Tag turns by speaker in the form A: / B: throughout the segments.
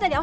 A: 哎聊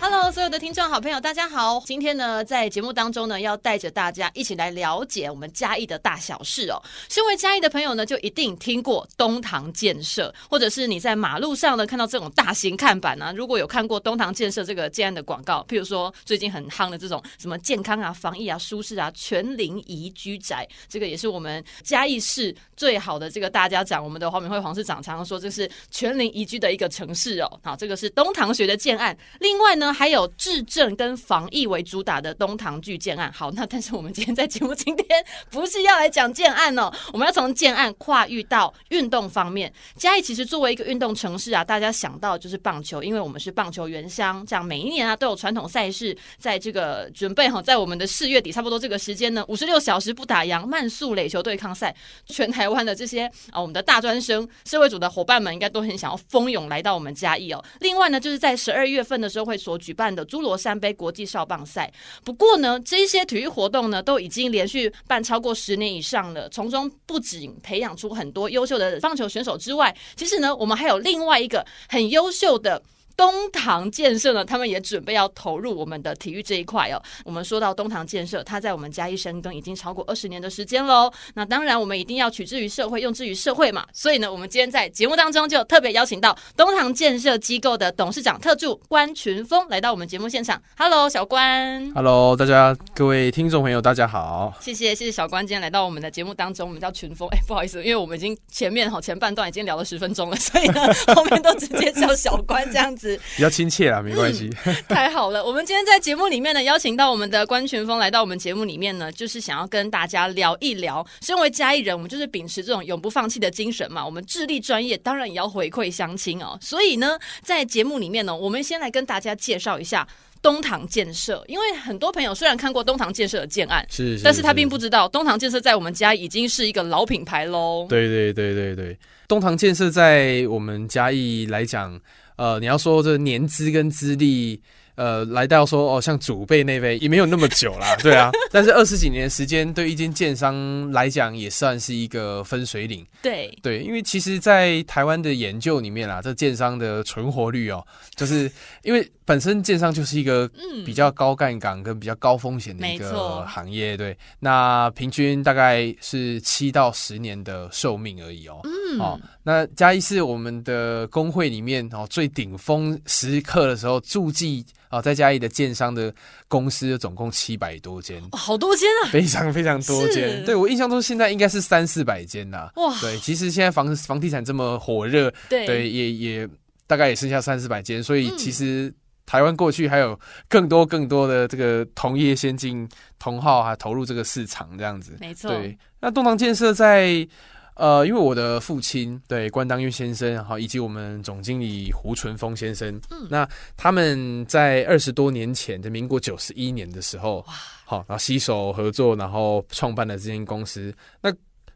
B: Hello，所有的听众好朋友，大家好！今天呢，在节目当中呢，要带着大家一起来了解我们嘉义的大小事哦。身为嘉义的朋友呢，就一定听过东堂建设，或者是你在马路上呢看到这种大型看板啊，如果有看过东堂建设这个建案的广告，譬如说最近很夯的这种什么健康啊、防疫啊、舒适啊、全龄宜居宅，这个也是我们嘉义市最好的这个大家长，我们的黄敏惠黄市长常常说这是全龄宜居的一个城市哦。好，这个是东堂学的建案，另外呢。还有治政跟防疫为主打的东堂巨建案。好，那但是我们今天在节目今天不是要来讲建案哦，我们要从建案跨域到运动方面。嘉义其实作为一个运动城市啊，大家想到就是棒球，因为我们是棒球原乡，这样每一年啊都有传统赛事，在这个准备好，在我们的四月底差不多这个时间呢，五十六小时不打烊，慢速垒球对抗赛，全台湾的这些啊我们的大专生、社会组的伙伴们，应该都很想要蜂拥来到我们嘉义哦。另外呢，就是在十二月份的时候会所举办的侏罗山杯国际少棒赛。不过呢，这些体育活动呢，都已经连续办超过十年以上了。从中不仅培养出很多优秀的棒球选手之外，其实呢，我们还有另外一个很优秀的。东堂建设呢，他们也准备要投入我们的体育这一块哦。我们说到东堂建设，它在我们嘉义深耕已经超过二十年的时间喽。那当然，我们一定要取之于社会，用之于社会嘛。所以呢，我们今天在节目当中就特别邀请到东堂建设机构的董事长特助关群峰来到我们节目现场。Hello，小关。
C: Hello，大家各位听众朋友，大家好。
B: 谢谢谢谢小关今天来到我们的节目当中，我们叫群峰。哎，不好意思，因为我们已经前面哈前半段已经聊了十分钟了，所以呢后面都直接叫小关这样子。
C: 比较亲切啦，没关系、
B: 嗯。太好了，我们今天在节目里面呢，邀请到我们的关群峰来到我们节目里面呢，就是想要跟大家聊一聊，身为嘉义人，我们就是秉持这种永不放弃的精神嘛，我们致力专业，当然也要回馈乡亲哦。所以呢，在节目里面呢，我们先来跟大家介绍一下。东堂建设，因为很多朋友虽然看过东堂建设的建案，
C: 是,是，
B: 但是他并不知道东堂建设在我们家已经是一个老品牌喽。
C: 对对对对对，东堂建设在我们嘉义来讲，呃，你要说这年资跟资历，呃，来到说哦，像祖辈那辈也没有那么久 啦，对啊，但是二十几年时间对一间建商来讲也算是一个分水岭。
B: 对
C: 对，因为其实，在台湾的研究里面啦，啊这建商的存活率哦，就是因为。本身建商就是一个比较高杠杆跟比较高风险的一个行业，对。那平均大概是七到十年的寿命而已哦。嗯。哦，那嘉义是我们的工会里面哦最顶峰时刻的时候，驻记哦在嘉义的建商的公司总共七百多间、
B: 哦，好多间啊，
C: 非常非常多间。对我印象中现在应该是三四百间呐。哇。对，其实现在房房地产这么火热，
B: 对，
C: 对也也大概也剩下三四百间，所以其实。嗯台湾过去还有更多更多的这个同业先进同号啊，投入这个市场这样子。
B: 没错。
C: 对，那东堂建设在呃，因为我的父亲对关当运先生，然后以及我们总经理胡纯峰先生，嗯，那他们在二十多年前，在民国九十一年的时候，哇，好，然后携手合作，然后创办了这间公司。那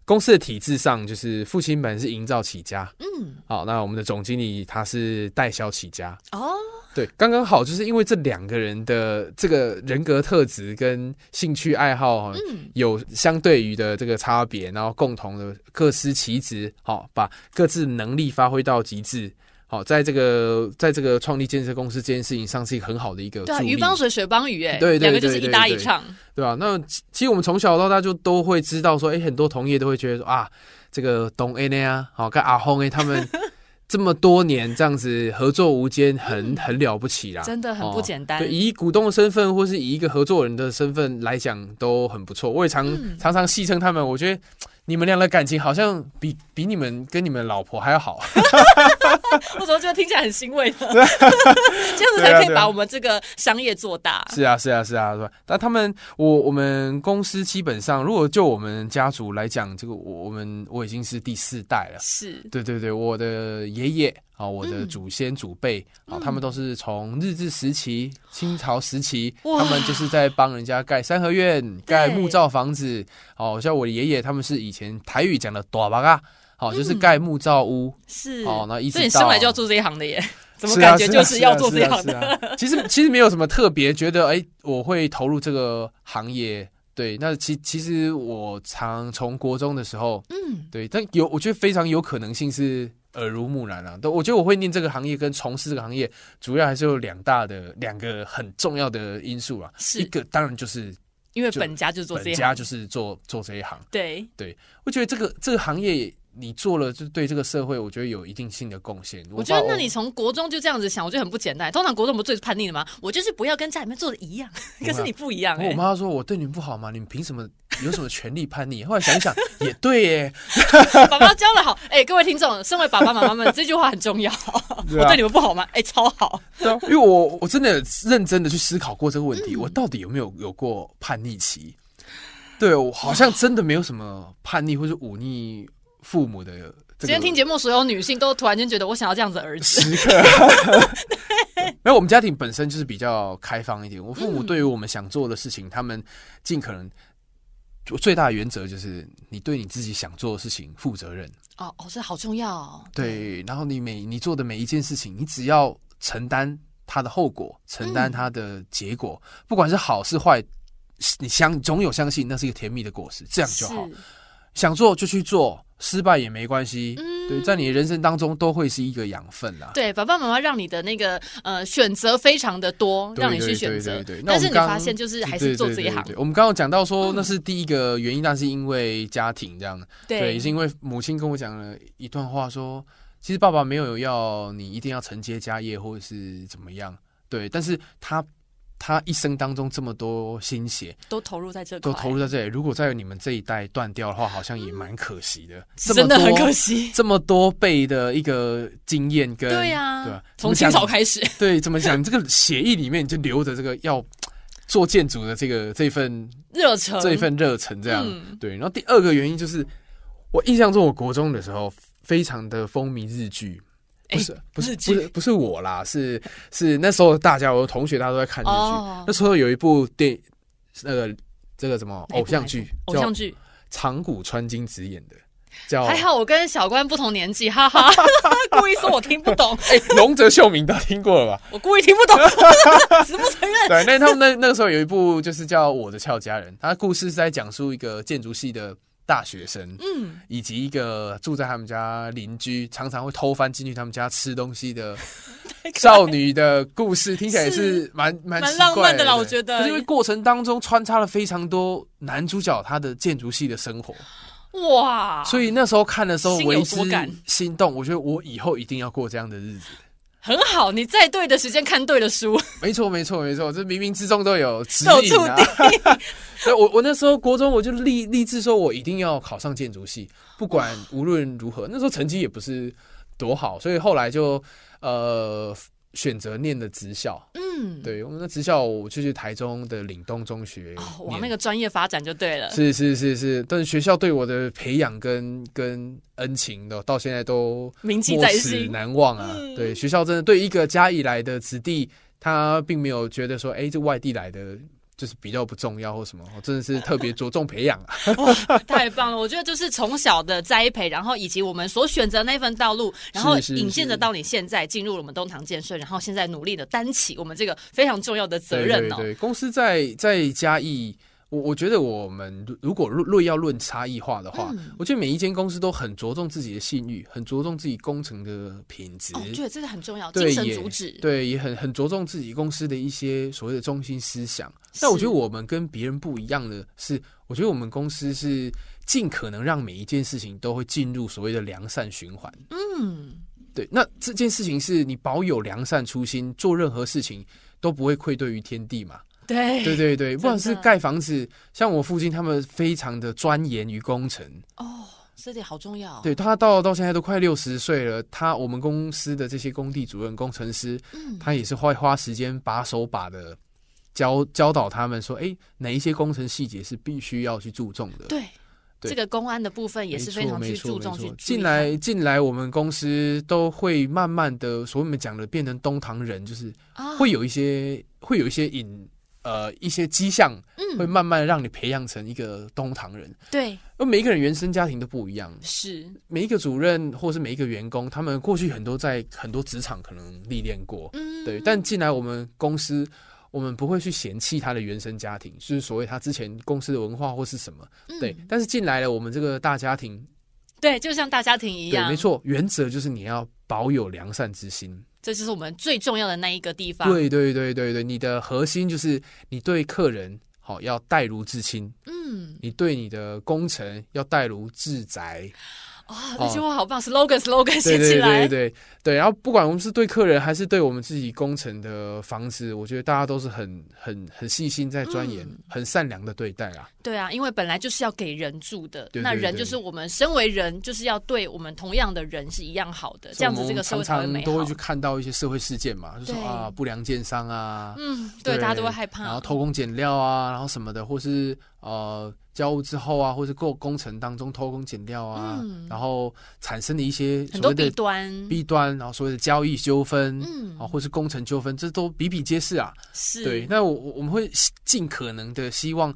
C: 公司的体制上，就是父亲本是营造起家，嗯，好、哦，那我们的总经理他是代销起家，哦， 对，刚刚好，就是因为这两个人的这个人格特质跟兴趣爱好，嗯，有相对于的这个差别，然后共同的各司其职，好、哦，把各自能力发挥到极致。好，在这个在这个创立建设公司这件事情上，是一个很好的一个
B: 对、啊、鱼帮水，水帮鱼、欸，哎，
C: 对
B: 两个就是一搭一唱，
C: 对吧、啊？那其实我们从小到大就都会知道说，哎、欸，很多同业都会觉得说啊，这个东 A 呢啊，好跟阿红哎 他们这么多年这样子合作无间，很很了不起啦，
B: 嗯
C: 哦
B: 真的很不简单。
C: 对，以股东的身份，或是以一个合作人的身份来讲，都很不错。我也常、嗯、常常戏称他们，我觉得。你们俩的感情好像比比你们跟你们老婆还 要好，
B: 我怎么觉得听起来很欣慰呢？这样子才可以把我们这个商业做大。
C: 是啊，是啊，是啊，是吧？那他们，我我们公司基本上，如果就我们家族来讲，这个我我们我已经是第四代了。
B: 是，
C: 对对对，我的爷爷。啊、哦，我的祖先祖辈啊、嗯哦，他们都是从日治时期、嗯、清朝时期，他们就是在帮人家盖三合院、盖木造房子。哦，像我爷爷，他们是以前台语讲的“短巴嘎”。好，就是盖木造屋，
B: 是
C: 好，那一
D: 嗯
C: 直
D: 所以你
C: 到啊
D: 生来就要做这一行的耶？怎么
C: 是啊
D: 感觉就是要做这一
C: 啊
D: 行
C: 是
D: 的？
C: 啊是啊是啊其实其实没有什么特别觉得，哎、我会投入这个行业。对，那其其实我常从国中的时候，
B: 嗯，
C: 对，但有我觉得非常有可能性是耳濡目染啊。都我觉得我会念这个行业跟从事这个行业，主要还是有两大的两个很重要的因素啊。
D: 是
C: 一个当然就是
D: 因为
C: 就
D: 本家就是做这
C: 本
D: 一
C: 家
D: 行，
C: 就是做做这一行，
D: 对，
C: 我觉得这个这个行业你做了，就对这个社会，我觉得有一定性的贡献。
B: 我觉得那
C: 把
B: 你从国中就这样子想，我觉得很不简单。通常国中不是最叛逆的吗？我就是不要跟家里面做的一样，
C: 我
D: 可是你不一样
C: 然后啊
B: 欸
C: 我
D: 哎。
C: 妈说我对你们不好吗？你们凭什么有什么权利叛逆？后来想一想也 对耶，
B: 爸爸教的好，哎、各位听众，身为爸爸妈妈们，这句话很 重要。
C: 啊
B: 我哦对你们不好吗？哎、超好。
C: 对啊因为我我真的认真的去思考过这个问
B: 嗯
C: 题，我到底有没有有过叛逆期？对我好像真的没有什么叛逆或是忤逆父母的、这个。
B: 今天听节目，所有女性都突然间觉得我想要这样子的儿子。
C: 时 刻。没有，我们家庭本身就是比较开放一点。我父
B: 嗯
C: 母对于我们想做的事情，他们尽可能最大的原则就是你对你自己想做的事情负责任。
B: 哦哦，这好重要哦、
C: 对，然后你每你做的每一件事情，你只要承担它的后果，承
B: 嗯
C: 担它的结果，不管是好是坏，你相总有相信那是一个甜蜜的果实，这样就好。
B: 是
C: 想做就去做，失败也没关系。
B: 嗯
C: 对，在你的人生当中都会是一个养分啦。
B: 对，爸爸妈妈让你的那个呃选择非常的多，
C: 对
B: 让你去
C: 对
B: 选
C: 对
B: 择
C: 对对。那我
B: 但
C: 们
B: 是你
C: 刚
B: 发现就是还
C: 对
B: 是
C: 对
B: 做这一
C: 对
B: 行，嗯
C: 对我们刚刚讲到说，那是第一个原因，那是因为家庭这样。对，是因为母亲跟我讲了一段话说其实爸爸没有要你一定要承接家业或者是怎么样。对，但是他他一生当中这么多心血
D: 都投入在这块，
C: 都投入在这里，如果在你们这一代断掉的话，好像也蛮可惜的。这么
D: 嗯真的很
C: 多
D: 可惜。
C: 这么多倍的一个经验跟
B: 对啊
C: 对吧
D: 从清朝
C: 开。
D: 开始，
C: 对，怎么讲？这个协议里面你就留着这个要做建筑的这个这份
D: 热忱
C: 这份热忱，这样、
D: 嗯
C: 对。然后第二个原因就是，我印象中我国中的时候非常的风靡日剧。不是不是
D: 日
C: 不
D: 剧
C: 是不是我啦，是是那时候大家，我的同学大家都在看日剧。
B: 哦
C: 那时候有一部电那个这个什么
B: 哪一部
C: 偶像剧，
D: 偶
C: 叫
D: 像剧，
C: 长谷川京子演的，叫
B: 还好我跟小关不同年纪，哈哈， 故意说我听不懂，
C: 哎龙泽秀明，大家听过了吧？
D: 我故意听 不懂，死不承认。
C: 对，那他们那那个时候有一部就是叫《我的俏佳人》，他的故事是在讲述一个建筑系的大学生，
B: 嗯，
C: 以及一个住在他们家邻居，常常会偷翻进去他们家吃东 西的少女的故事，听起来也是蛮蛮
D: 蛮
C: 奇
D: 浪
C: 怪
D: 漫的啦
C: 对
D: 我觉得
C: 可是因为过程当中穿插了非常多男主角他的建筑系的生活，
D: 哇，
C: 所以那时候看的时候
D: 心有
C: 为之
D: 所感
C: 心动。我觉得我以后一定要过这样的日子。
D: 很好，你在对的时间看对的书，
C: 没错，没错，没错，这冥冥之中都有指
D: 都有
C: 引啊。 所以我我那时候国中我就立立志说，我一定要考上建筑系，不管无论如
B: 哦
C: 何。那时候成绩也不是多好，所以后来就呃选择念的职校。
B: 嗯，
C: 对我们的职校，我就去台中的岭东中学
B: 哦，
C: 念
B: 往那个专业发展就对了。
C: 是是是是，但是学校对我的培养跟跟恩情的，到现在都
D: 铭记
C: 莫
D: 在
C: 齿
D: 心。
C: 难忘啊！
D: 嗯
C: 对学校真的对一个家以来的子弟，他并没有觉得说，哎、这外地来的就是比较不重要或什么，我哦真的是特别着重培养 啊。
B: 太棒了！我觉得就是从小的栽培，然后以及我们所选择那份道路，然后
C: 是是
B: 引荐着到你现在进入了我们东堂建设，然后现在努力的担起我们这个非常重要的责任哦
C: 对。对对，公司在在嘉义，我我觉得我们如如果论论要论差异化的话，
B: 嗯
C: 我觉得每一间公司都很着重自己的信誉，很着重自己工程的品质。
B: 哦，对，这个很重要，精
C: 对，
B: 神
C: 也
B: 主旨。
C: 对，也很很着重自己公司的一些所谓的中心思想。但我觉得我们跟别人不一样的是，我觉得我们公司是尽可能让每一件事情都会进入所谓的良善循环。
B: 嗯，
C: 对，那这件事情是你保有良善初心，做任何事情都不会愧对于天地嘛。
D: 对
C: 对 对对，不管
D: 真
C: 是
D: 的
C: 盖房子，像我父亲他们非常的钻研于工程，
B: 哦，这点好重要。
C: 对他到到现在都快六十岁了，他我们公司的这些工地主任、工程师，
B: 嗯
C: 他也是会花时间把手把的教教导他们说，哎，哪一些工程细节是必须要去注重的。
B: 对，
C: 对
B: 这个公安的部分也
C: 没
B: 是
C: 错
B: 非常去
C: 没错
B: 注重
C: 没
B: 去
C: 错
B: 注意
C: 进来进来，我们公司都会慢慢的，所谓我们讲的变成东唐人，就是
B: 啊，
C: 会有一些会有一些引呃一些迹象
B: 嗯
C: 会慢慢让你培养成一个东堂人。
D: 对，
C: 而每一个人原生家庭都不一样，
D: 是，
C: 每一个主任或是每一个员工，他们过去很多在很多职场可能历练过，
B: 嗯
C: 对，但进来我们公司，我们不会去嫌弃他的原生家庭，就是所谓他之前公司的文化或是什么，对。但是进来了我们这个大家庭，
B: 嗯对，就像大家庭一
C: 对，
B: 样，
C: 没，错，原则就是你要保有良善之心。
B: 这就是我们最重要的那一个地方。
C: 对对对对对，你的核心就是你对客人好、要待如至亲，
B: 嗯，
C: 你对你的工程要待如至宅。
B: 啊，那句话好棒，slogan slogan
C: 对
B: 写
C: 对
B: 起来
C: 对，对对，然后不管我们是对客人还是对我们自己工程的房子，我觉得大家都是很很很细心在钻研，
B: 嗯
C: 很善良的对待啦。
B: 对啊，因为本来就是要给人住的，
C: 对对
B: 那
C: 对
B: 人就是我们身为人，就是要对我们同样的人是一样好的，这样子
C: 所
B: 这个
C: 以我们
B: 社会
C: 常
B: 才会
C: 常
B: 美
C: 都
B: 好
C: 会。去看到一些社会事件嘛，就说
B: 对
C: 啊不良奸商啊，
B: 嗯，对，大家都会害怕。
C: 然后偷工减料啊，然后什么的，或是呃交屋之后啊，或是过工程当中偷工减料啊，
B: 嗯
C: 然后产生的一些
B: 很
C: 所
B: 多
C: 谓
B: 弊
C: 的
B: 端，
C: 弊端，然后所谓的交易纠纷。
B: 嗯
C: 啊，，或是工程纠纷，这都比比皆是啊。
B: 是，
C: 对，那我我我们会希尽可能的希望，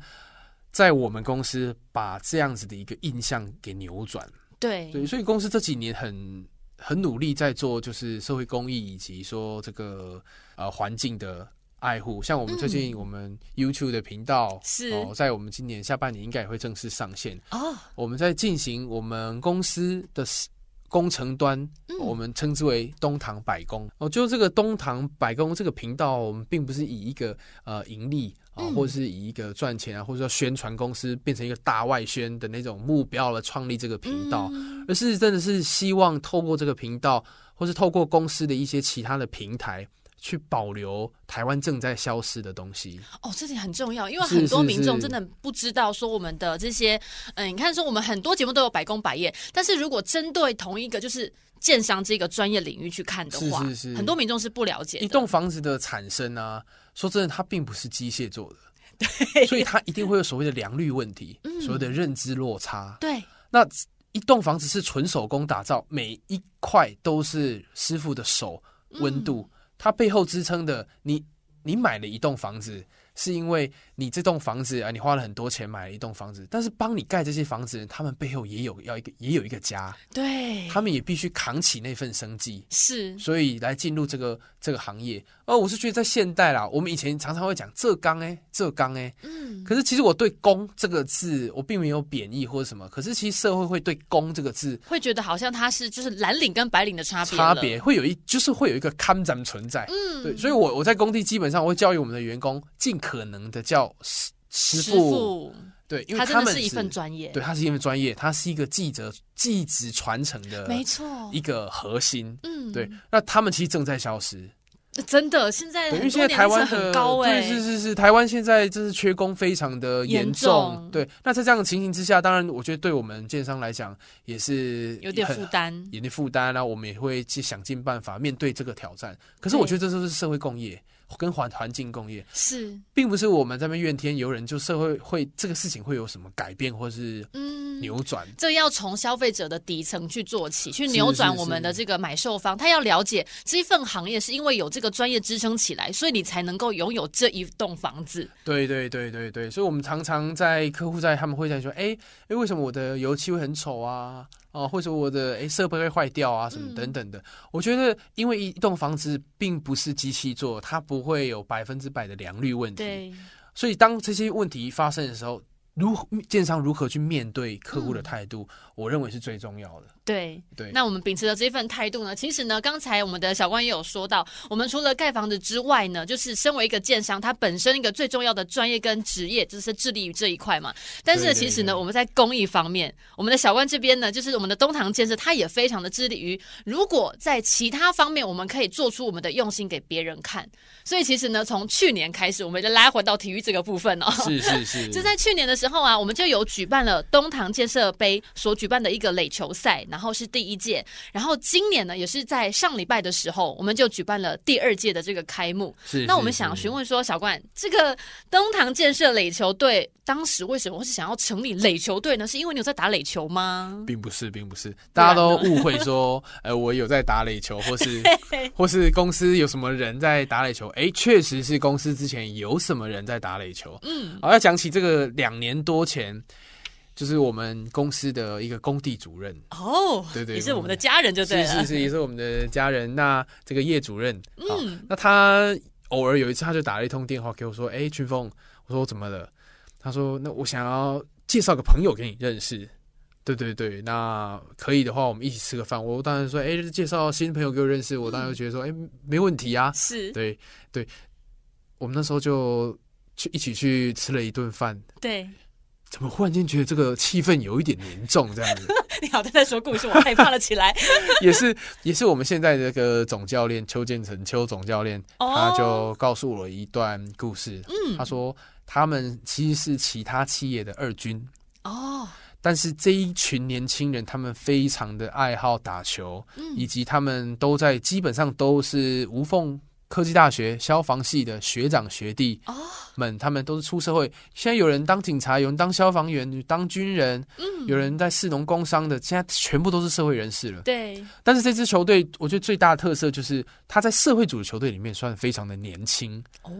C: 在我们公司把这样子的一个印象给扭转。
B: 对，
C: 对，所以公司这几年很很努力在做，就是社会公益以及说这个呃环境的爱护。像我们最近我们 YouTube 的频道
B: 嗯是
C: 哦，在我们今年下半年应该也会正式上线。
B: 哦，
C: 我们在进行我们公司的 s- 工程端，我们称之为东堂百工。哦，就这个东堂百工这个频道，我们并不是以一个呃盈利啊、
B: 嗯
C: 或者是以一个赚钱啊，或者说宣传公司变成一个大外宣的那种目标来创立这个频道，而是真的是希望透过这个频道，或是透过公司的一些其他的平台。去保留台湾正在消失的东西，
B: 哦，这点很重要，因为
C: 是
B: 很多
C: 是
B: 民众
C: 是
B: 真的不知道说我们的这些，嗯，你看说我们很多节目都有百工百业，但是如果针对同一个就是建商这个专业领域去看的话，
C: 是是是
B: 很多民众是不了解
C: 一
B: 的。
C: 栋房子的产生啊，说真的，它并不是机械做的，所以它一定会有所谓的良率问题，
B: 嗯
C: 所谓的认知落差。
B: 对，
C: 那一栋房子是纯手工打造，每一块都是师傅的手
B: 嗯
C: 温度，它背后支撑的你，你买了一栋房子。是因为你这栋房子啊，你花了很多钱买了一栋房子，但是帮你盖这些房子的人，他们背后也有要一个也有一个家，
B: 对，
C: 他们也必须扛起那份生计。
B: 是，
C: 所以来进入这个这个行业。而我是觉得在现代啦，我们以前常常会讲“浙钢”哎，“浙钢”哎，
B: 嗯，
C: 可是其实我对“工”这个字，我并没有贬义或者什么。可是其实社会会对“工”这个字
B: 会觉得好像它是就是蓝领跟白领的差别
C: 差
B: 了
C: 别会有一，就是会有一个看咱们存在。
B: 嗯，
C: 对，所以我我在工地基本上我会教育我们的员工，尽可能的叫师师
B: 师
C: 傅，
B: 傅，
C: 对，因为
B: 他
C: 他
B: 真
C: 们
B: 的是一份专业，
C: 对，他是一份专业，他是一个记者记职传承的
B: 没错
C: 一，个核心。
B: 嗯，
C: 对，，那他们其实正在消失。
B: 真的，现在
C: 对，因为
B: 很多
C: 现在
B: 年
C: 台
B: 龄层
C: 湾的
B: 很高哎、
C: 对，是是是，台湾现在真是缺工非常的严
B: 严重
C: 对，那在这样的情形之下，当然我觉得对我们建商来讲也是
B: 有点
C: 很
B: 负，担，
C: 有点负担然后我们也会去想尽办法面对这个挑战。可是
B: 对
C: 我觉得这就是社会共业跟环环境共业，
B: 是，
C: 并不是我们在那边怨天尤人，就社会会这个事情会有什么改变或是
B: 嗯，
C: 扭转。
B: 这要从消费者的底层去做起，去
C: 是
B: 扭转
C: 是
B: 我们的
C: 是
B: 这个买受方，他要了解这一份行业是因为有这个专业支撑起来，所以你才能够拥有这一栋房子。
C: 对对对对对，所以我们常常在客户在他们会在说，哎哎，为什么我的油漆会很丑啊？哦，或者我的哎设备会坏掉啊，什么
B: 嗯
C: 等等的。我觉得，因为一栋房子并不是机器做，它不会有百分之百的良率问题。
B: 对，
C: 所以当这些问题发生的时候，如何建商如何去面对客户的态度，我认为是最重要的。
B: 对。
C: 对，
B: 嗯那我们秉持的这份态度呢，其实呢，刚才我们的小关也有说到，我们除了盖房子之外呢，就是身为一个建商，它本身一个最重要的专业跟职业就是致力于这一块嘛。但是
C: 对对
B: 其实呢，
C: 对
B: 我们在公益方面，我们的小关这边呢，就是我们的东堂建设，它也非常的致力于，如果在其他方面我们可以做出我们的用心给别人看。所以其实呢，从去年开始，我们就拉回到体育这个部分哦。
C: 是是 是，
B: 就在去年的时候啊，我们就有举办了东堂建设杯所举办的一个垒球赛，然后是第一届。然后今年呢，也是在上礼拜的时候，我们就举办了第二届的这个开幕。
C: 是
B: 那我们想询问说，小冠，这个东堂建设垒球队当时为什么会是想要成立垒球队呢？是因为你有在打垒球吗？
C: 并不是，并不是，大家都误会 说，呃，我有在打垒球，或是 或是公司有什么人在打垒球。哎、确实是公司之前有什么人在打垒球。
B: 嗯，
C: 好、要讲起这个两年多前，就是我们公司的一个工地主任，
B: 哦，
C: 对对
B: 也是我们的家人就对
C: 是
B: 了。
C: 是是，也是我们的家人。那这个叶主任，好
B: 嗯
C: 那他偶尔有一次，他就打了一通电话给我，说：“哎、群峰，我说我怎么了？”他说：“那我想要介绍个朋友给你认识。”对对对，那可以的话，我们一起吃个饭。我当然说：“哎、介绍新朋友给我认识。”我当然就觉得说：“哎、没问题啊。”
B: 是，
C: 对对，我们那时候就去一起去吃了一顿饭。
B: 对，
C: 怎么忽然间觉得这个气氛有一点凝重？这样子
B: 你好像在说故事，我害怕了起 来。
C: 也是也是我们现在的这个总教练邱建成邱总教练，他就告诉我一段故事。
B: 哦嗯
C: 他说他们其实是其他企业的二军，
B: 哦，
C: 但是这一群年轻人，他们非常的爱好打球，
B: 嗯
C: 以及他们都在基本上都是无缝。科技大学消防系的学长学弟
B: 哦
C: 们，他们都是出社会。现在有人当警察，有人当消防员，有当军人，
B: 嗯，
C: 有人在士农工商的，现在全部都是社会人士了。
B: 对，
C: 但是这支球队，我觉得最大的特色就是他在社会主义球队里面算非常的年轻。
B: 哦，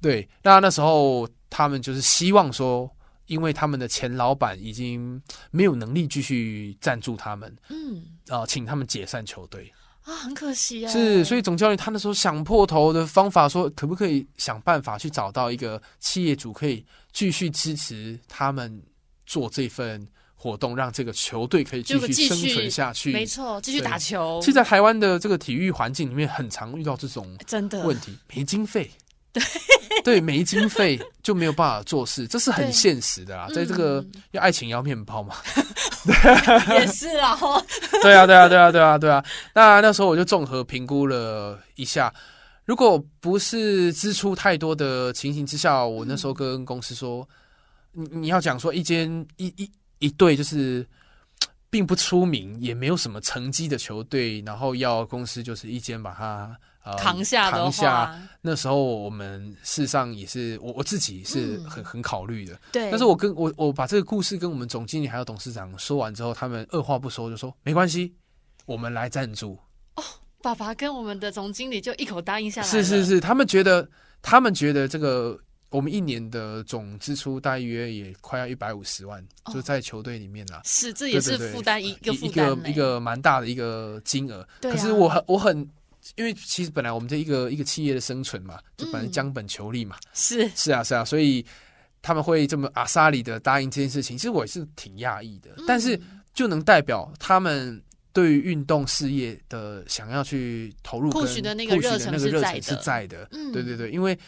C: 对，那那时候他们就是希望说，因为他们的前老板已经没有能力继续赞助他们，
B: 嗯
C: 啊，请他们解散球队。
B: 啊，很可惜啊。
C: 是，所
B: 以
C: 以总教练他那时候想破头的方法说，可不可以想办法去找到一个企业主可以继续支持他们做这份活动，让这个球队可以继
B: 就
C: 续
B: 继
C: 生
B: 续
C: 存下去。
B: 没错，继续
C: 对
B: 打球
C: 其，实，在台湾的这个体育环境里面，很常遇到这种
B: 真的
C: 问题，没 经费。对没经费就没有办法做事，这是很
B: 对
C: 现实的啦。啊在这个
B: 嗯
C: 要爱情也要面包嘛。
B: 也是啊。 哦
C: 对啊，对啊，对啊，对啊，对啊。那那时候我就综合评估了一下，如果不是支出太多的情形之下，我那时候跟公司说，你你要讲说一间一一一队就是并不出名，也没有什么成绩的球队，然后要公司就是一肩把它。呃
B: 扛下的
C: 扛下，
B: 话，
C: 那时候我们事实上也是我我自己是
B: 嗯
C: 很、很考虑的，
B: 对，
C: 但是我跟我我把这个故事跟我们总经理还有董事长说完之后，他们二话不说就说没关系，我们来赞助。
B: 爸爸跟我们的总经理就一口答应下来，
C: 是是，是，他们觉得他们觉得这个我们一年的总支出大约也快要一百五十万，
B: 哦
C: 就在球队里面啦。
B: 是，这也是
C: 对对对
B: 负担一个
C: 一
B: 负
C: 一
B: 担
C: 个
B: 呢
C: 一个蛮大的一个金额。
B: 对啊
C: 可是我很我很，因为其实本来我们这一个一个企业的生存嘛，就本来
B: 嗯
C: 将本求利嘛。
B: 是
C: 是啊，是啊，所以他们会这么阿莎里的答应这件事情，其实我也是挺讶异的，
B: 嗯
C: 但是就能代表他们对于运动事业的想要去投入跟
B: push 的那个
C: push
B: 热
C: 的
B: 忱
C: 那
B: 是
C: 个热
B: 在
C: 忱是
B: 的
C: 在的，
B: 嗯
C: 对对对，因为。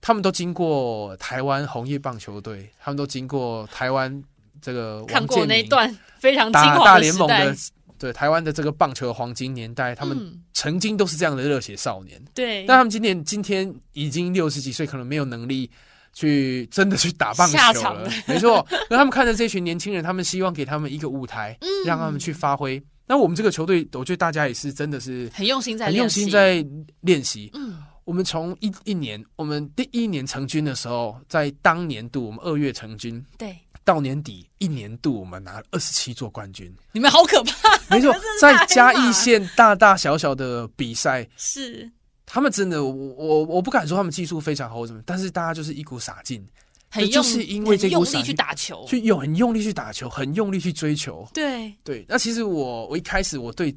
C: 他们都经过台湾红叶棒球队，他们都经过台湾这个
B: 看
C: 王
B: 过
C: 建
B: 那
C: 民
B: 段非常精
C: 打
B: 华
C: 大
B: 的
C: 联
B: 时
C: 盟
B: 代
C: 的，对台湾的这个棒球的黄金年代，他们
B: 嗯
C: 曾经都是这样的热血少年。
B: 对
C: 但他们今年今天已经六十几岁，可能没有能力去真的去打棒球
B: 下场了
C: 了。 没错，那他们看着这群年轻人，他们希望给他们一个舞台，
B: 嗯
C: 让他们去发挥。那我们这个球队，我觉得大家也是真的是
B: 很用心在
C: 很用
B: 练
C: 心
B: 习
C: 在练习。
B: 嗯
C: 我们从一一年，我们第一年成军的时候，在当年度我们二月成军，
B: 对，
C: 到年底一年度我们拿了二十七座冠军。
B: 你们好可怕，
C: 没 错
B: 真是，
C: 在
B: 太
C: 嘉
B: 猛
C: 义县大大小小的比赛，
B: 是
C: 他们真的，我我我不敢说他们技术非常好什么，但是大家就是一股傻劲，
B: 很
C: 就
B: 用
C: 是因为这
B: 很
C: 股
B: 用
C: 闪
B: 力去
C: 电
B: 打球，
C: 去有很用力去打球，很用力去追求。
B: 对，
C: 对，那其实我我一开始我对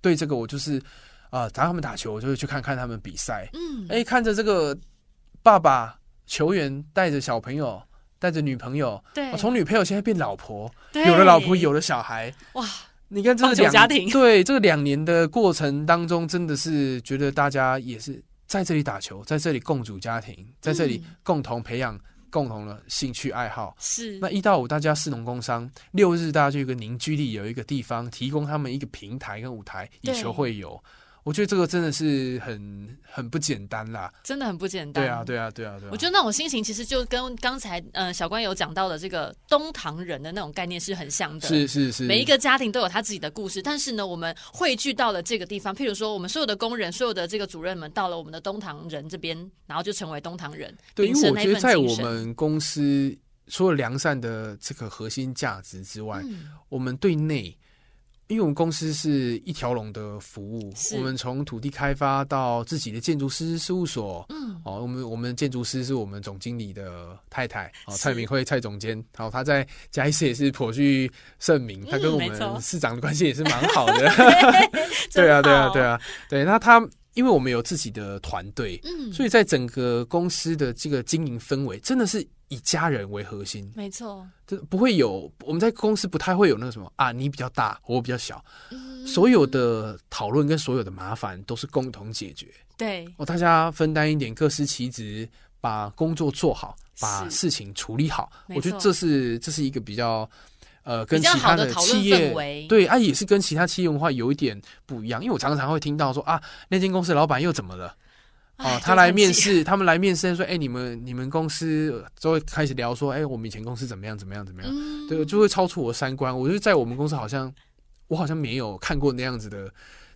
C: 对这个我就是啊、呃打他们打球，我就会去看看他们比赛。
B: 嗯，
C: 哎、看着这个爸爸球员带着小朋友，带着女朋友，
B: 对
C: 啊，从女朋友现在变老婆，
B: 对
C: 有了老婆，有了小孩，
B: 哎哇，
C: 你看这
B: 棒球
C: 两
B: 家庭
C: 对这个两年的过程当中，真的是觉得大家也是在这里打球，在这里共组家庭，在这里
B: 嗯
C: 共同培养共同的兴趣爱好。
B: 是
C: 那一到五大家士农工商，六日大家就有一个凝聚力，有一个地方提供他们一个平台跟舞台，以
B: 对
C: 球会友。我觉得这个真的是很很不简单啦。
B: 真的很不简单，
C: 对啊，。对啊，对啊，对啊。
B: 我觉得那种心情其实就跟刚才嗯、呃小关有讲到的这个东唐人的那种概念是很像的，
C: 是是是，
B: 每一个家庭都有他自己的故事，但是呢，我们汇聚到了这个地方，譬如说，我们所有的工人、所有的这个主任们，到了我们的东唐人这边，然后就成为东唐人。
C: 对，
B: 秉
C: 因为
B: 承
C: 我
B: 那
C: 觉得
B: 份
C: 在
B: 精
C: 我
B: 神
C: 们公司除了良善的这个核心价值之外，
B: 嗯
C: 我们对内，因为我们公司是一条龙的服务，
B: 是
C: 我们从土地开发到自己的建筑师事务所，
B: 嗯，
C: 哦，我们我们建筑师是我们总经理的太太，哦，
B: 是
C: 蔡明慧蔡总监，好、她在嘉义市也是颇具盛名，她跟我
B: 嗯没错
C: 们市长的关系也是蛮 好的， 对啊，对啊，对
B: 啊，
C: 啊，对，那她因为我们有自己的团队，
B: 嗯，
C: 所以在整个公司的这个经营氛围，真的是以家人为核心，
B: 没错，
C: 就不会有我们在公司不太会有那个什么啊，你比较大，我比较小，
B: 嗯
C: 所有的讨论跟所有的麻烦都是共同解决。
B: 对，
C: 哦，大家分担一点，各司其职，把工作做好，把
B: 是
C: 事情处理好。
B: 没
C: 我觉得
B: 错
C: 这是这是一个比较呃跟
B: 比
C: 其
B: 较好
C: 他
B: 的讨论
C: 企
B: 氛围
C: 业对啊，也是跟其他企业文化有一点不一样。因为我常常会听到说啊，那间公司老板又怎么了？
B: 哎
C: 哦，他来面，
B: 就
C: 试，他们来面试说，哎、你们你们公司就会开始聊说，哎、我们以前公司怎么样怎么样怎么
B: 很
C: 样，
B: 气嗯，
C: 对，就会超出我三观。我就在我们公司好像，我好像没有看过那样子的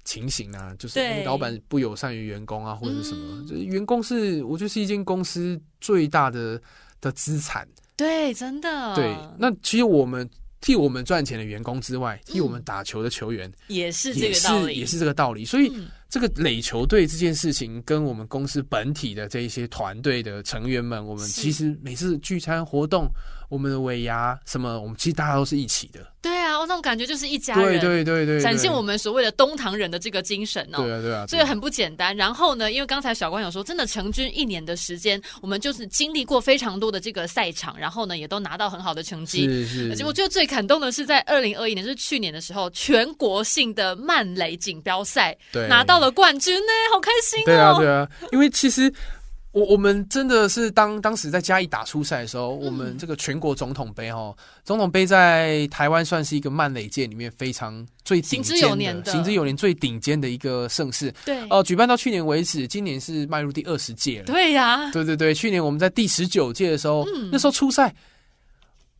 C: 情形啊，就是
B: 对
C: 哎老板不友善于员工啊，或者是什么
B: 嗯。
C: 就是员工是，我觉得是一间公司最大的的资产。
B: 对，真的，
C: 对，那其实我们替我们赚钱的员工之外，替我们打球的球员
B: 也是这
C: 也
B: 个道
C: 是
B: 理，
C: 也是这个道理。所以
B: 嗯
C: 这个垒球队这件事情，跟我们公司本体的这一些团队的成员们，我们
B: 是
C: 其实每次聚餐活动，我们的尾牙什么，我们其实大家都是一起的。
B: 对啊，哦那种感觉就是一家
C: 对
B: 人，
C: 对对对，
B: 展现
C: 对
B: 我们所谓的东唐人的这个精神哦。
C: 对啊对啊，
B: 所以很不简单。然后呢，因为刚才小关有说，真的成军一年的时间，我们就是经历过非常多的这个赛场，然后呢，也都拿到很好的成绩。
C: 是是，
B: 而且我觉得最感动的是，在二零二一年，就是去年的时候，全国性的曼雷锦标赛
C: 对
B: 拿到了冠军呢，好开心哦！
C: 对啊对啊，因为其实。我我们真的是当当时在嘉义打初赛的
B: 嗯
C: 时候，我们这个全国总统杯哦，总统杯在台湾算是一个慢垒界里面非常最顶
B: 行之
C: 尖
B: 有年的
C: 行之有年最顶尖的一个盛事。
B: 对
C: 呃，举办到去年为止，今年是迈入第二十届了。
B: 对嗯呀、
C: 对对对，去年我们在第十九届的时候，那时候初赛，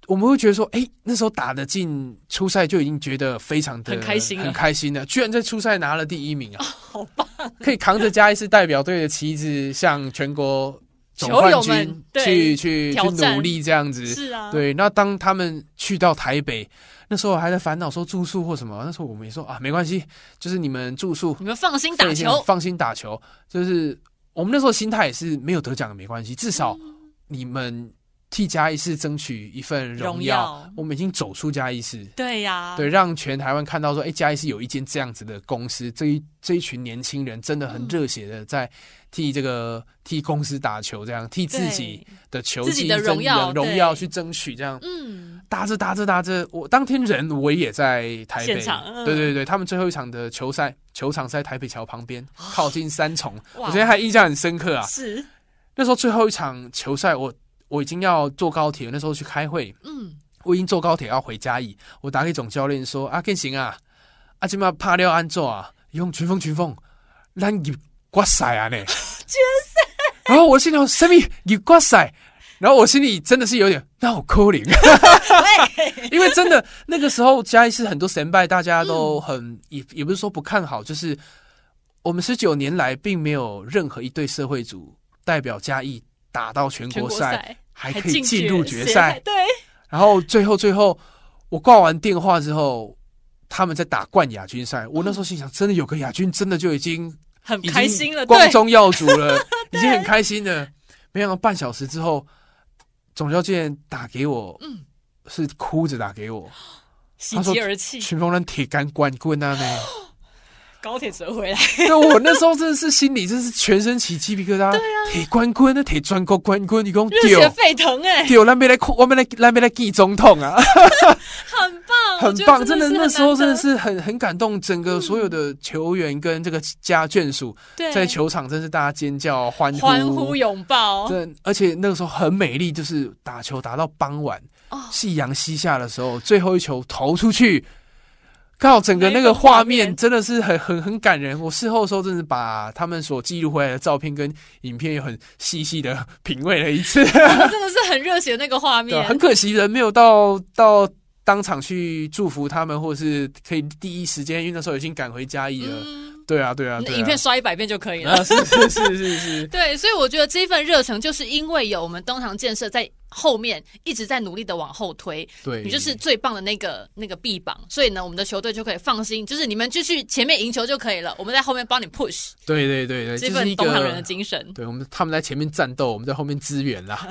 C: 我们会觉得说，哎，那时候打得进初赛就已经觉得非常的
B: 很开心了哦
C: 很开心了，居然在初赛拿了第一名啊，好棒！可以扛着嘉义市代表队的旗帜，向全国总
B: 球
C: 冠
B: 友们
C: 军
B: 对
C: 去去去
B: 挑战
C: 努力这样子。
B: 是啊，
C: 对，那当他们去到台北，那时候还在烦恼说住宿或什么，那时候我们也说啊，没关系，就是你们住宿
B: 你们放心打
C: 费劲
B: 球，
C: 放心打球。就是我们那时候心态也是没有得奖也没关系，至少
B: 嗯
C: 你们替嘉义市争取一份荣
B: 荣
C: 耀。
B: 耀啊
C: 我们已经走出嘉义市，
B: 对呀、
C: 对，让全台湾看到说，哎、嘉义市有一间这样子的公司，这一这一群年轻人真的很热血
B: 嗯
C: 的在替这个替公司打球，这样替自己的球
B: 自己
C: 技
B: 的
C: 争
B: 荣耀
C: 荣耀
B: 对
C: 去争取，这样
B: 嗯，
C: 打着打着打着，我当天人我也在台
B: 现
C: 北，
B: 场嗯
C: 对对对，他们最后一场的球赛球场是在台北桥旁边，靠近三重，
B: 哦哇
C: 我今天还印象很深刻啊。
B: 是，
C: 那时候最后一场球赛，我我已经要坐高铁，那时候去开会，
B: 嗯，
C: 我已经坐高铁要回嘉义，我打给总教练说啊，更行啊，啊，今嘛拍了安怎啊？用群峰群峰，咱入决赛啊呢？决赛。然后我心里想什么入决赛？然后我心里真的是有点那我扣零， 因为真的那个时候嘉义是很多神拜，大家都很、也也不是说不看好，就是我们十九年来并没有任何一对社会组代表嘉义打到全
B: 全
C: 国
B: 国
C: 赛，
B: 赛
C: 还可以进入决赛
B: 赛，。对，
C: 然后最后最后，我挂完电话之后，他们在打冠亚军赛。我那时候心想，真的有个亚军，真的就已经
B: 很
C: 已经
B: 开心了，
C: 光
B: 对，
C: 宗耀祖 了，已经很开心了。没想到半小时之后，总教练打给我，
B: 嗯
C: 是哭着打给我，
B: 喜
C: 他说
B: 极而泣，
C: 群峰人铁杆冠军啊呢！
B: 高铁折回来，
C: 对我那时候真的是心里真是全身起鸡皮疙瘩，铁冠军那铁砖国冠军，你讲
B: 啊热血
C: 丢
B: 沸腾哎、
C: 丢，咱没来哭，我们来咱没来记总统啊！
B: 很 棒，我
C: 很
B: 觉得
C: 棒，
B: 真
C: 真的
B: 是
C: 那
B: 很
C: 时候
B: 难
C: 真的
B: 得嗯
C: 是很很感动，整个所有的球员跟这个家眷属
B: 对
C: 在球场真是大家尖叫欢呼
B: 欢呼拥抱，
C: 真而且那个时候很美丽，就是打球打到傍晚，
B: 哦
C: 夕阳西下的时候，最后一球投出去，刚好整个那个
B: 那个
C: 画
B: 画面
C: 面真的是很很很感人。我事后的时候，真是把他们所记录回来的照片跟影片也很细细的 品味了一次。
B: 真的是很热血那个画
C: 对，啊
B: 面，
C: 很可惜人没有到到当场去祝福他们，或者是可以第一时间，因为那时候已经赶回嘉义了。
B: 嗯，
C: 对啊，对啊，
B: 你
C: 对啊。嗯
B: 影片刷一百遍就可以了。
C: 啊，是是是是是，
B: 对，所以我觉得这一份热忱，就是因为有我们东堂建设在后面一直在努力的往后推，
C: 对，
B: 你就是最棒的那个那个臂膀，所以呢，我们的球队就可以放心，就是你们就去前面赢球就可以了，我们在后面帮你 push，
C: 对对对对，
B: 这
C: 这是
B: 份
C: 一
B: 东
C: 个
B: 航人的精神，
C: 对我们他们在前面战斗，我们在后面支援啦。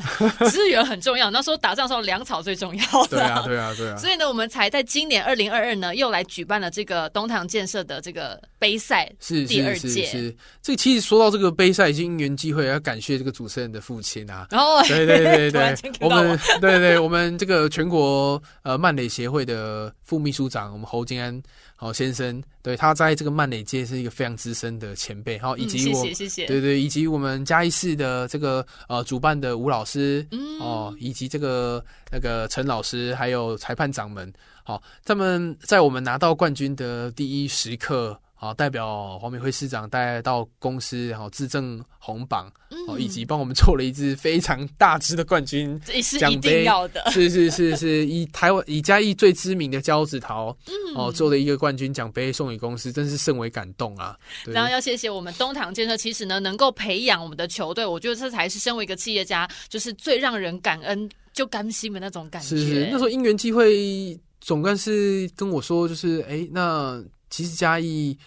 B: 资源很重要。那时候打仗的时候，粮草最重要
C: 对
B: 的。
C: 啊，对啊，对啊。
B: 所以呢，我们才在今年二零二二呢，又来举办了这个东堂建设的这个杯赛
C: 是
B: 第
C: 是
B: 二
C: 是
B: 届。
C: 是，这其实说到这个杯赛，已经因缘机会，要感谢这个主持人的父亲啊。
B: 然后
C: 对对对
B: 突
C: 对
B: 然间，
C: 我
B: 看到我
C: 们 对对，我们这个全国呃曼垒协会的副秘书长，我们侯金安侯先生，对他在这个曼垒界是一个非常资深的前辈，然后以
B: 嗯，
C: 及
B: 谢
C: 我
B: 谢谢谢。
C: 对对，以及我们嘉义市的这个呃主办的吴老师，
B: 嗯
C: 哦，以及这个那个陈老师，还有裁判长们，好、他们在我们拿到冠军的第一时刻。好、代表黄明辉市长带到公司，然、后自证红榜，
B: 嗯
C: 哦，以及帮我们做了一支非常大支的冠军。
B: 这是
C: 奖
B: 一
C: 杯
B: 定要的，
C: 是是是是，以台湾以嘉义最知名的胶子桃，
B: 嗯
C: 哦，做了一个冠军奖杯送给公司，真是甚为感动啊！对
B: 然后要谢谢我们东堂建设，其实呢能够培养我们的球队，我觉得这才是身为一个企业家，就是最让人感恩就甘心的那种感觉。
C: 是是，那时候因缘机会，总干事跟我说，就是哎、诶那其实嘉义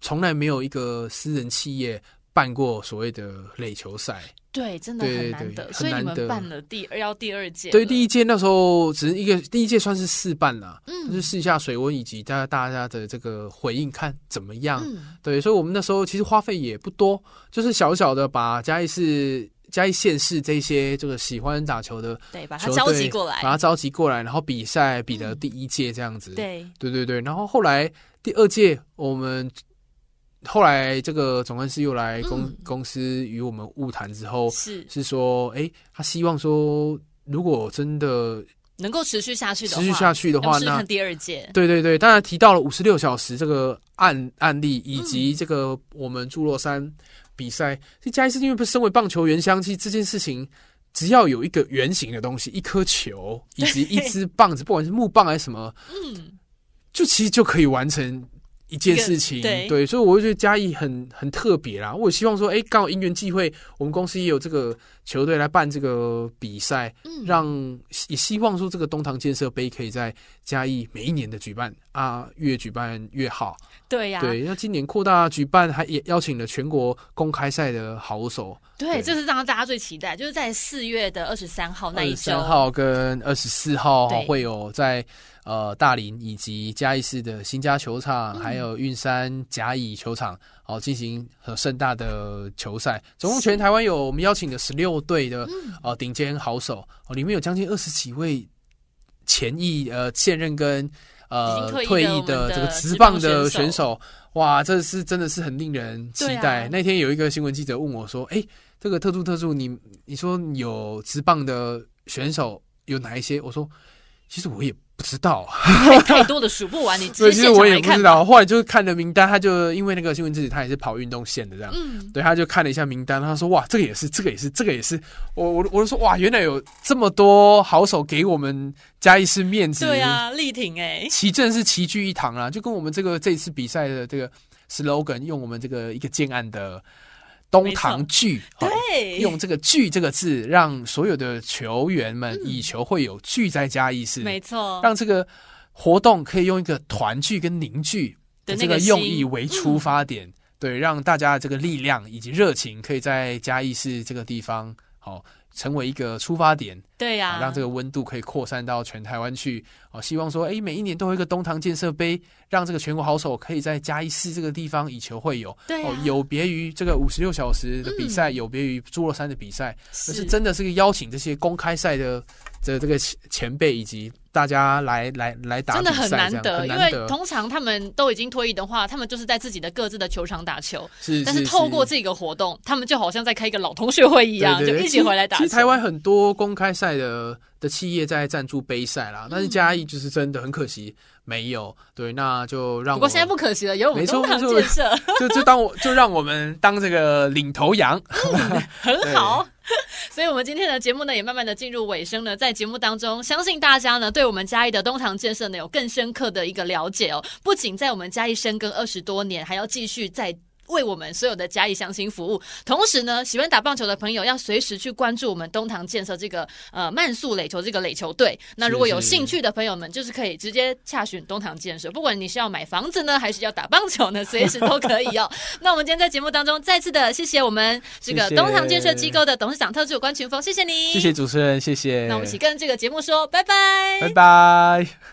C: 从来没有一个私人企业办过所谓的垒球赛。
B: 对，真的很难
C: 对对
B: 得，
C: 对
B: 所以你
C: 很难得
B: 们办了第二要第二届了，
C: 对，第一届那时候只是一个，第一届算是试办啦，
B: 嗯
C: 就是试一下水温以及大家大家的这个回应看怎么样。
B: 嗯
C: 对，所以我们那时候其实花费也不多，就是小小的把嘉义市。嘉义县市这些这个喜欢打球的，
B: 对，把它
C: 球队
B: 召集过
C: 把
B: 来，嗯
C: 它召集过来，然后比赛比的第一届这样子。
B: 对，
C: 对对对，然后后来第二届我们后来这个总干事又来公、
B: 嗯
C: 公司与我们晤谈之后，
B: 是
C: 是说，哎，他希望说，如果真的
B: 能够持续下去的
C: 持
B: 话，
C: 续下去的
B: 我
C: 话，
B: 们试试
C: 那
B: 看第二届，
C: 对对对，当然提到了五十六小时这个案案例，以及这个我们侏罗山比赛，这加一次因为不是身为棒球原乡，其实这件事情。只要有一个圆形的东西，一颗球以 及一支棒子，不管是木棒还是什么，
B: 嗯，
C: 就其实就可以完成一件事情，
B: 一个对
C: 所以我就觉得嘉义很很特别啦。我也希望说，哎、刚好因缘际会，我们公司也有这个球队来办这个比赛，
B: 嗯
C: 让也希望说这个东堂建设杯可以在嘉义每一年的举办啊，越举办越好。
B: 对啊呀、
C: 对，那今年扩大举办，还也邀请了全国公开赛的好手，
B: 对，
C: 对
B: 这是让大家最期待，就是在四月的二十三号那
C: 二
B: 一
C: 十
B: 周
C: 三，号跟二十四号
B: 对
C: 会有在呃大林以及嘉义市的新家球场，
B: 嗯
C: 还有运山甲乙球场，好、进行呃盛大的球赛。总共全台湾有我们邀请的十六队的
B: 嗯
C: 呃顶尖好手，哦，里面有将近二十几位前役呃现任跟呃
B: 已经
C: 退
B: 退役的
C: 役
B: 我们的
C: 这个
B: 职
C: 职
B: 棒
C: 棒
B: 选手
C: 的选手。哇，这是真的是很令人期
B: 对啊
C: 待。那天有一个新闻记者问我说：“哎、这个特助特助，你你说有直棒的选手有哪一些？”我说：“其实我也不知道啊，
B: 太多的数不完，你直
C: 所以
B: 接
C: 其实
B: 现场
C: 我也
B: 来
C: 不知
B: 看吧，
C: 道。”后来就是看了名单，他就因为那个新闻记者他也是跑运动线的这样，
B: 嗯，
C: 对，他就看了一下名单，他说：“哇，这个也是，这个也是，这个也是。我”我我就说：“哇，原来有这么多好手给我们嘉义市面子。”
B: 对啊，力挺哎、
C: 奇正是齐聚一堂啦，就跟我们这个这一次比赛的这个 slogan，用我们这个一个建案的东堂聚，哦
B: 对，
C: 用这个“聚”这个字，让所有的球员们以球会友聚在嘉义市，
B: 嗯没错，
C: 让这个活动可以用一个团聚跟凝聚
B: 的
C: 这
B: 那
C: 个
B: 个
C: 用
B: 心嗯
C: 意为出发点，对，让大家的这个力量以及热情可以在嘉义市这个地方，好、成为一个出发点。
B: 对呀、
C: 啊，让这个温度可以扩散到全台湾去。哦，希望说，哎，每一年都有一个东堂建设杯，让这个全国好手可以在嘉义市这个地方以球会友。
B: 对啊嗯
C: 哦，有别于这个五十六小时的比赛，有别于侏罗山的比赛，而是真的是邀请这些公开赛的的这个前前辈以及大家来来来打
B: 真
C: 比
B: 的
C: 赛，
B: 很
C: 这样
B: 难得，
C: 很
B: 因
C: 难
B: 为
C: 得。
B: 通常他们都已经退役的话，他们就是在自己的各自的球场打球，
C: 是，
B: 但是透过这个活动，他们就好像在开一个老同学会一
C: 一
B: 样，就一起回来打
C: 其
B: 球。
C: 实台湾很多公开赛的的企业在赞助杯赛
B: 嗯
C: 啦，但是嘉义就是真的很可惜没有。对，那就让
B: 不过
C: 我
B: 现在不可惜了，有我们
C: 没错
B: 东堂
C: 没错
B: 建设，
C: 就就当我就让我们当这个领 头羊，
B: 很好。 所以，我们今天的节目呢，也慢慢的进入尾声了。在节目当中，相信大家呢，对我们嘉义的东堂建设呢，有更深刻的一个了解哦。不仅在我们嘉义深耕二十多年，还要继续在。为我们所有的嘉义乡亲服务。同时呢，喜欢打棒球的朋友要随时去关注我们东堂建设这个呃慢速垒球这个垒球队。那如果有
C: 是
B: 兴趣的朋友们，就是可以直接洽询东堂建设，不管你是要买房子呢，还是要打棒球呢，随时都可以哦。那我们今天在节目当中再次的谢谢我们这个
C: 谢谢
B: 东堂建设机构的董事长特助关群峰，谢谢你，
C: 谢谢。主持人，谢谢。
B: 那我们一起跟这个节目说拜拜，
C: 拜拜。